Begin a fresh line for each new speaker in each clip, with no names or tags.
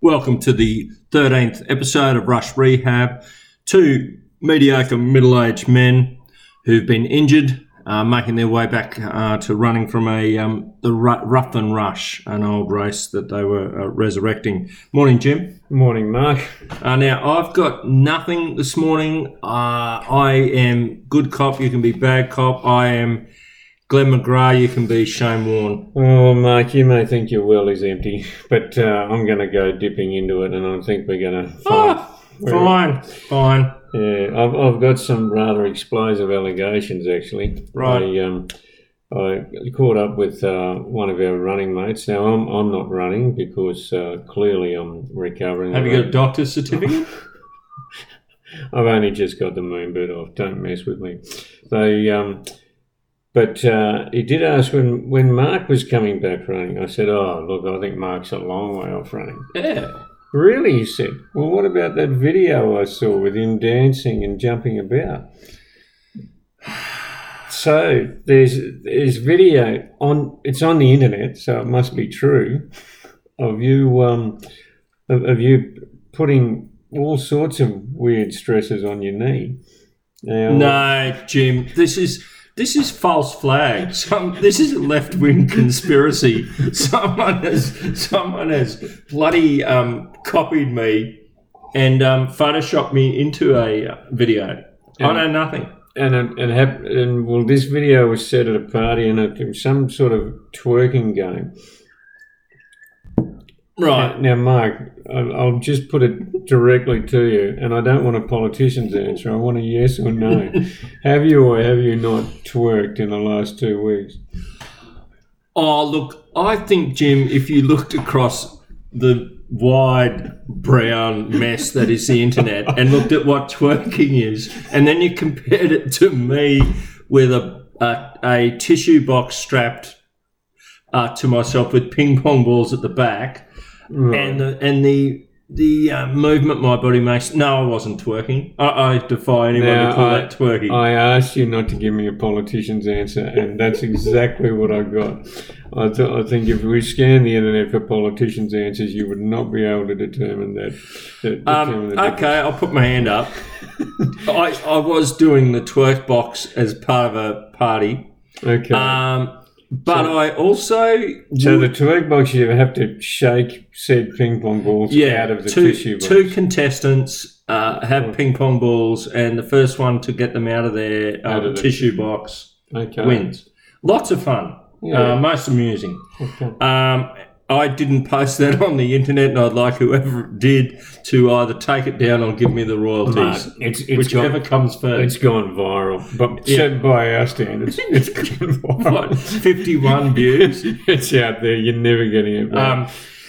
Welcome to the 13th episode of Rush Rehab. Two mediocre middle aged men who've been injured, uh, making their way back uh, to running from a um, the Ru- Rough and Rush, an old race that they were uh, resurrecting. Morning, Jim.
Morning, Mark.
Uh, now, I've got nothing this morning. Uh, I am good cop, you can be bad cop. I am Glenn McGrath, you can be Shane Warne.
Oh, Mark, you may think your well is empty, but uh, I'm going to go dipping into it, and I think we're going to find.
Ah, fine, fine.
Yeah, I've, I've got some rather explosive allegations actually.
Right.
I, um, I caught up with uh, one of our running mates. Now I'm I'm not running because uh, clearly I'm recovering.
Have you got a doctor's certificate?
I've only just got the moonbird off. Don't mess with me. They, um, but uh, he did ask when when Mark was coming back running. I said, "Oh, look, I think Mark's a long way off running."
Yeah.
Really, he said. Well, what about that video I saw with him dancing and jumping about? So there's there's video on. It's on the internet, so it must be true. Of you, um, of, of you putting all sorts of weird stresses on your knee. Now,
No, Jim. This is this is false flag. Some this is a left wing conspiracy. Someone has someone has bloody um, copied me and um, photoshopped me into a uh, video. I know nothing.
and and, and, hap- and well, this video was set at a party and it was some sort of twerking game.
Right.
Now, Mark, I- I'll just put it directly to you, and I don't want a politician's answer. I want a yes or no. have you or have you not twerked in the last two weeks?
Oh look, I think Jim, if you looked across the wide brown mess that is the internet and looked at what twerking is, and then you compared it to me with a a, a tissue box strapped uh, to myself with ping pong balls at the back, and the, and the the uh, movement my body makes. No, I wasn't twerking. I, I defy anyone
Now,
to call
I-
that twerking.
I asked you not to give me a politician's answer, and that's exactly what I got. I, th- I think if we scan the internet for politicians' answers, you would not be able to determine that. that determine
Um,
the
okay, I'll put my hand up. I, I was doing the twerk box as part of a party,
difference. okay.
um, but I also
so the twerk box, you have to shake said ping pong balls
yeah
out of the
two
tissue box.
two contestants uh, have ping pong balls, and the first one to get them out of their uh,
Out of the-
tissue box
okay.
wins. Lots of fun,
Yeah.
uh, most amusing.
Okay.
Um, I didn't post that on the internet, and I'd like whoever did to either take it down or give me the royalties,
Mark, it's- it's
whichever comes first.
It's gone viral, but set by our standards, it's gone
what,
viral.
51 views.
it's out there. You're never getting it back.
Um,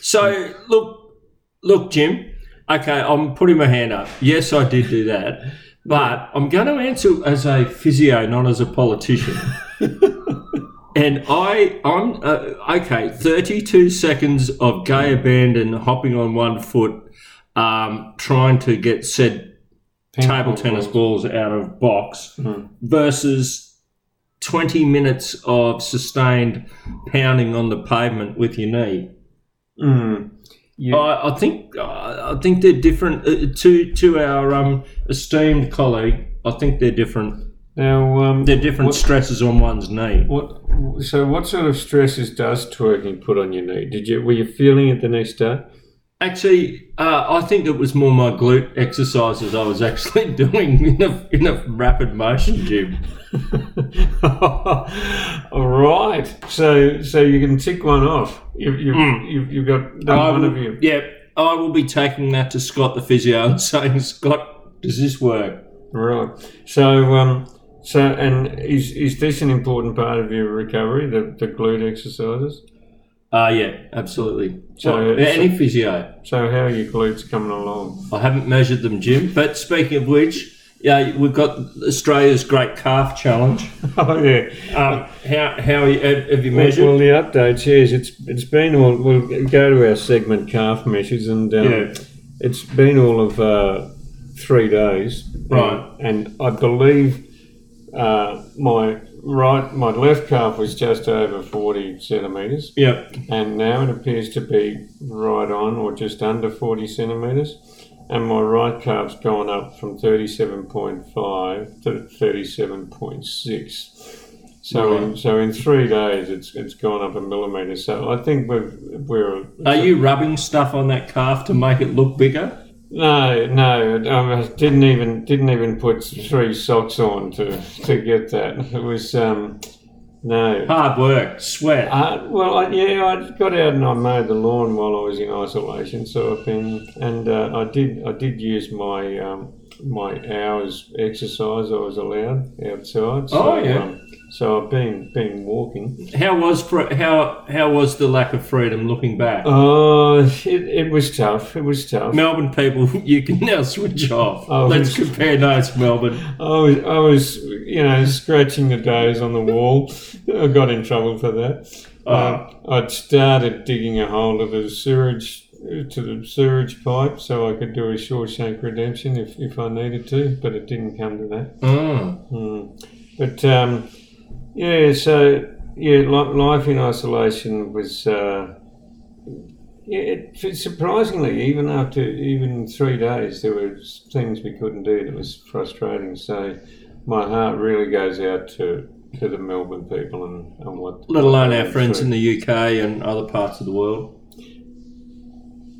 so look, look, Jim. Okay, I'm putting my hand up. Yes, I did do that, but I'm going to answer as a physio, not as a politician. and I, I'm uh, okay. 32 seconds of gay abandon, hopping on one foot, um, trying to get said table tennis balls Hmm. out of box versus 20 minutes of sustained pounding on the pavement with your knee.
Mm. Yeah.
I, I think I I think they're different uh, to to our um, esteemed colleague. I think they're different.
Now, um,
They're different stresses on one's knee.
what? So, what sort of stresses does twerking put on your knee? Did you were you feeling it the next day?
Actually, uh, I think it was more my glute exercises I was actually doing in a, in a rapid motion gym.
All right. So, so you can tick one off. You, you, you, you've got done
I
one
will-
of you.
Yeah, I will be taking that to Scott the physio and saying, Scott, does this work?
Right. So, um, so, and is is this an important part of your recovery? The the glute exercises.
Uh, yeah, absolutely.
So-
Well, any physio.
So, how are your glutes coming along?
I haven't measured them, Jim. But speaking of which, yeah, we've got Australia's Great Calf Challenge.
Oh yeah.
Um, how how you, have, have you
Well,
measured?
well, the updates, yes, it's it's been all. We'll go to our segment calf measures, and um,
Yeah.
it's been all of uh, three days,
Right.
And, and I believe uh, my right, my left calf was just over 40 centimetres,
Yep.
and now it appears to be right on or just under 40 centimetres. And my right calf's gone up from 37.5 to 37.6. So, in, so in three days, it's it's gone up a millimetre. So I think we've, we're.
Are you rubbing stuff on that calf to make it look bigger?
No, no, I didn't even didn't even put three socks on to to get that. It was um, no.
Hard work, sweat.
Uh, well, I, yeah, I got out and I mowed the lawn while I was in isolation. So I've been and uh, I did I did use my um, my hours exercise I was allowed outside. So,
Oh, yeah.
um, so I've been been walking.
How was fr- how how was the lack of freedom looking back?
Uh, it, it was tough. It was tough.
Melbourne people, you can now switch off.
Oh,
Let's
it's-
compare notes, Melbourne.
I was, I was, you know, scratching the days on the wall. I got in trouble for that. Uh, I'd started digging a hole to the sewage uh, to the sewage pipe so I could do a Shawshank Redemption if, if I needed to, but it didn't come to that.
Mm.
Mm. But um, yeah, so yeah, li- life in isolation was uh, yeah, it, it- surprisingly even after even three days there were s- things we couldn't do that was frustrating. So my heart really goes out to to the Melbourne people and, and what
Let alone our friends in the UK and other parts of the world.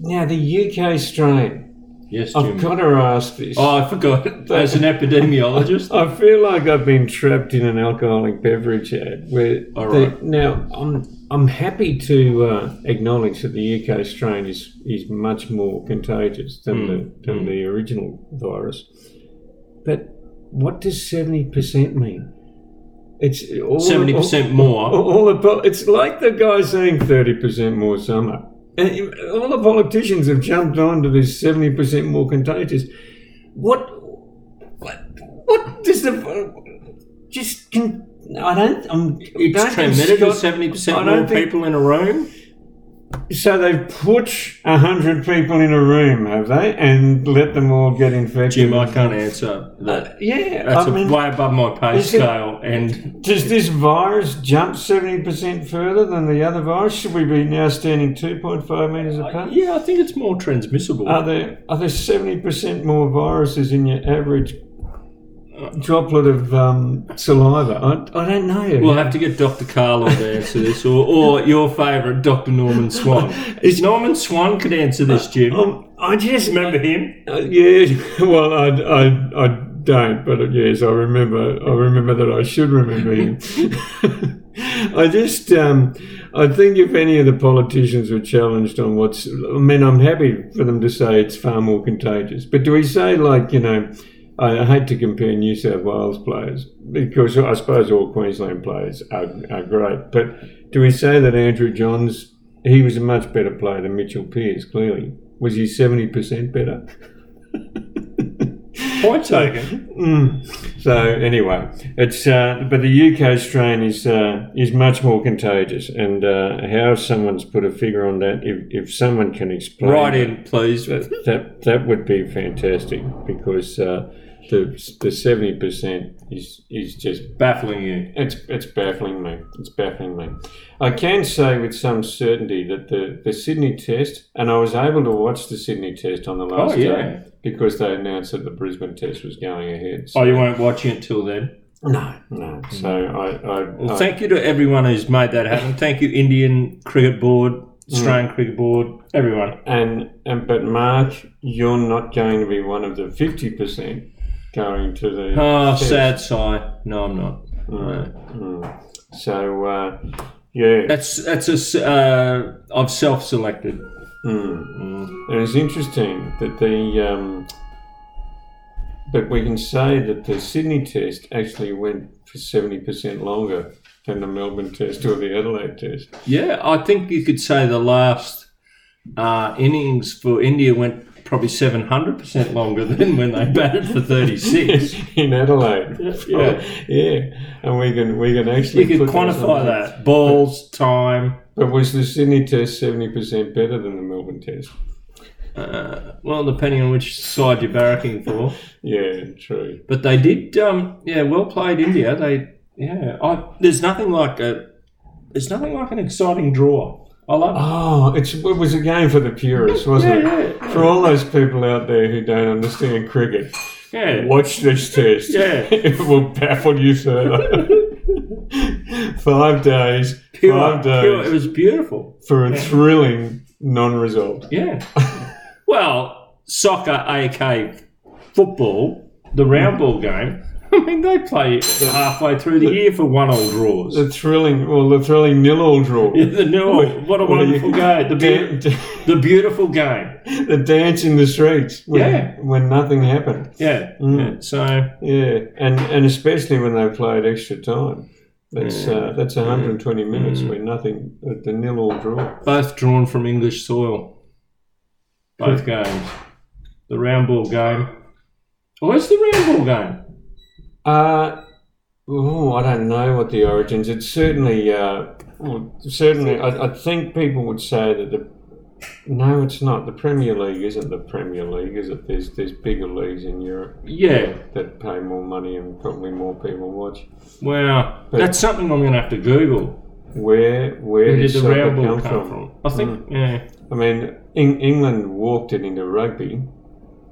now the UK strain.
Yes,
I've
Jim.
got to ask this.
oh, I forgot. As an epidemiologist,
I feel like I've been trapped in an alcoholic beverage ad. Where
All
the-
right.
now I'm I'm happy to uh, acknowledge that the UK strain is is much more contagious than
Hmm.
the than the original virus. But what does seventy percent mean? It's all-
seventy percent more.
all, all the po- it's like the guy saying thirty percent more summer. And you- all the politicians have jumped onto this seventy percent more contagious. What? What? What does the just? Con- I don't. I'm.
It's
don't
transmitted to
Scott-
seventy
I
percent
don't
more
think-
people in a room.
So they've put hundred people in a room, have they, and let them all get infected? Uh,
Jim, I can't answer that.
yeah,
Uh, That's
I mean,
way above my pay
is it-
scale, and
Does this virus jump 70% further than the other virus? Should we be now standing 2.5 metres apart?
Uh, yeah, I think it's more transmissible.
Are there, are there 70% more viruses in your average droplet of um, saliva? I, I don't know.
We'll have to get Dr. Carlo to answer this, or, or your favourite, Dr. Norman Swan. Is Norman Swan could answer this, Jim.
um, I just.
Remember him?
Uh, yeah, well, I, I, I don't, but uh, yes, I remember. I remember that I should remember him. I just, um, I think if any of the politicians were challenged on what's, I mean, I'm happy for them to say it's far more contagious, but do we say like, you know, I, I hate to compare New South Wales players because I suppose all Queensland players are, are great, but do we say that Andrew Johns, he was a much better player than Mitchell Pearce, clearly. Was he 70% better?
Point taken.
Mm. So anyway, it's uh, but the UK strain is uh, is much more contagious, and uh, how someone's put a figure on that, if, if someone can explain,
Right in, please.
that that, that would be fantastic because uh, the the seventy percent is is just
Baffling you.
it's it's baffling me. It's baffling me. I can say with some certainty that the, the Sydney test, and I was able to watch the Sydney test on the last
Oh, yeah.
day because they announced that the Brisbane test was going ahead. So
Oh, you won't watch it until then.
no, no. So I, I,
Well,
I
thank you to everyone who's made that happen. Thank you, Indian Cricket Board, Australian Cricket Board, everyone.
and and but Mark, you're not going to be one of the fifty percent going to the.
Oh,
test.
sad sigh. No, I'm not. No.
So uh, yeah,
That's that's a s- uh, I've self-selected.
mm, And it's interesting that the um, but we can say that the Sydney test actually went for seventy percent longer than the Melbourne test or the Adelaide test.
Yeah, I think you could say the last uh, innings for India went probably 700% longer than when they batted for 36.
in Adelaide.
Yeah.
yeah. And we can we can actually
You could
put those
quantify
on there.
that. Balls, time.
But was the Sydney test seventy percent better than the Melbourne test?
Uh, well, depending on which side you're barracking for.
Yeah, true.
But they did, um, yeah, well played India. They Yeah, I, there's nothing like a there's nothing like an exciting draw. I love.
Oh, it's, it was a game for the purists, wasn't
Yeah,
it?
yeah, yeah.
For all those people out there who don't understand cricket,
Yeah,
watch this test.
Yeah.
it will baffle you further. five days,
pure,
five days
pure. It was beautiful.
for a thrilling non-result.
Yeah. well, soccer, aka football, the round ball game. I mean, they play halfway through the year for one all draws.
The thrilling, well, the thrilling nil-all draw.
The new, what a
Well, you-
wonderful game. The, beau-
Dan- dan-
the beautiful game.
the dance in the streets when,
Yeah.
when nothing happened.
Yeah.
Mm.
yeah. So,
Yeah, and and especially when they played extra time. That's uh, that's 120 minutes
Mm.
where nothing, uh, the nil all draw.
both drawn from English soil. Both games. The round ball game. Where's the round ball game?
Uh, oh, I don't know what the origins. It's certainly, uh, well, certainly, I, I think people would say that the. No, it's not. The Premier League isn't the Premier League, is it? There's there's bigger leagues in Europe
Yeah.
that pay more money and probably more people watch.
Wow. That's something I'm going to have to Google.
Where where,
Where
did,
did the
soccer
round ball
come,
come
from? Mm.
from? I think, yeah.
I mean, Eng- England walked it into rugby,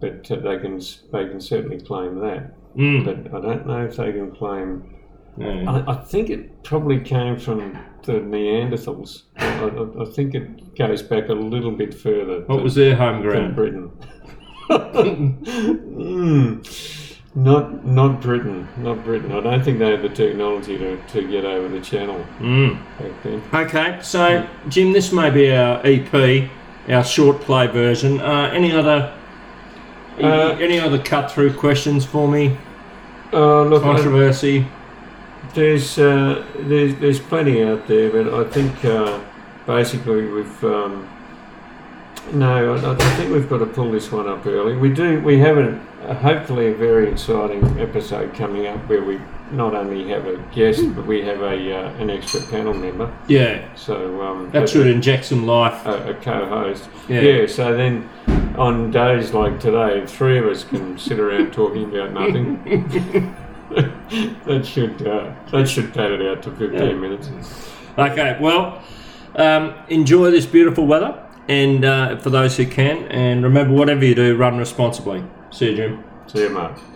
but uh, they can s- they can certainly claim that.
Mm.
But I don't know if they can claim.
yeah.
I, I think it probably came from the Neanderthals. I, I, I think it goes back a little bit further.
What
than-
was their home
than
ground?
Britain? Mm. Not not Britain, not Britain. I don't think they have the technology to, to get over the channel
Mm.
back then.
Okay, so Jim, this may be our EP, our short play version. Uh, any other,
Uh,
any other cut through questions for me?
Oh, look, I-
Controversy.
There's, uh, there's there's plenty out there, but I think uh, basically we've um, no, I, I think we've got to pull this one up early. We do we have a, a hopefully a very exciting episode coming up where we not only have a guest but we have a uh, an extra panel member,
Yeah,
so um,
that should inject some life.
a, a co-host.
Yeah.
So then on days like today, three of us can sit around talking about nothing. that should uh, that should pad it out to fifteen
Yeah.
minutes.
Okay, well, um, enjoy this beautiful weather, and uh, for those who can, and remember, whatever you do, run responsibly. See you, Jim.
See you, Mark.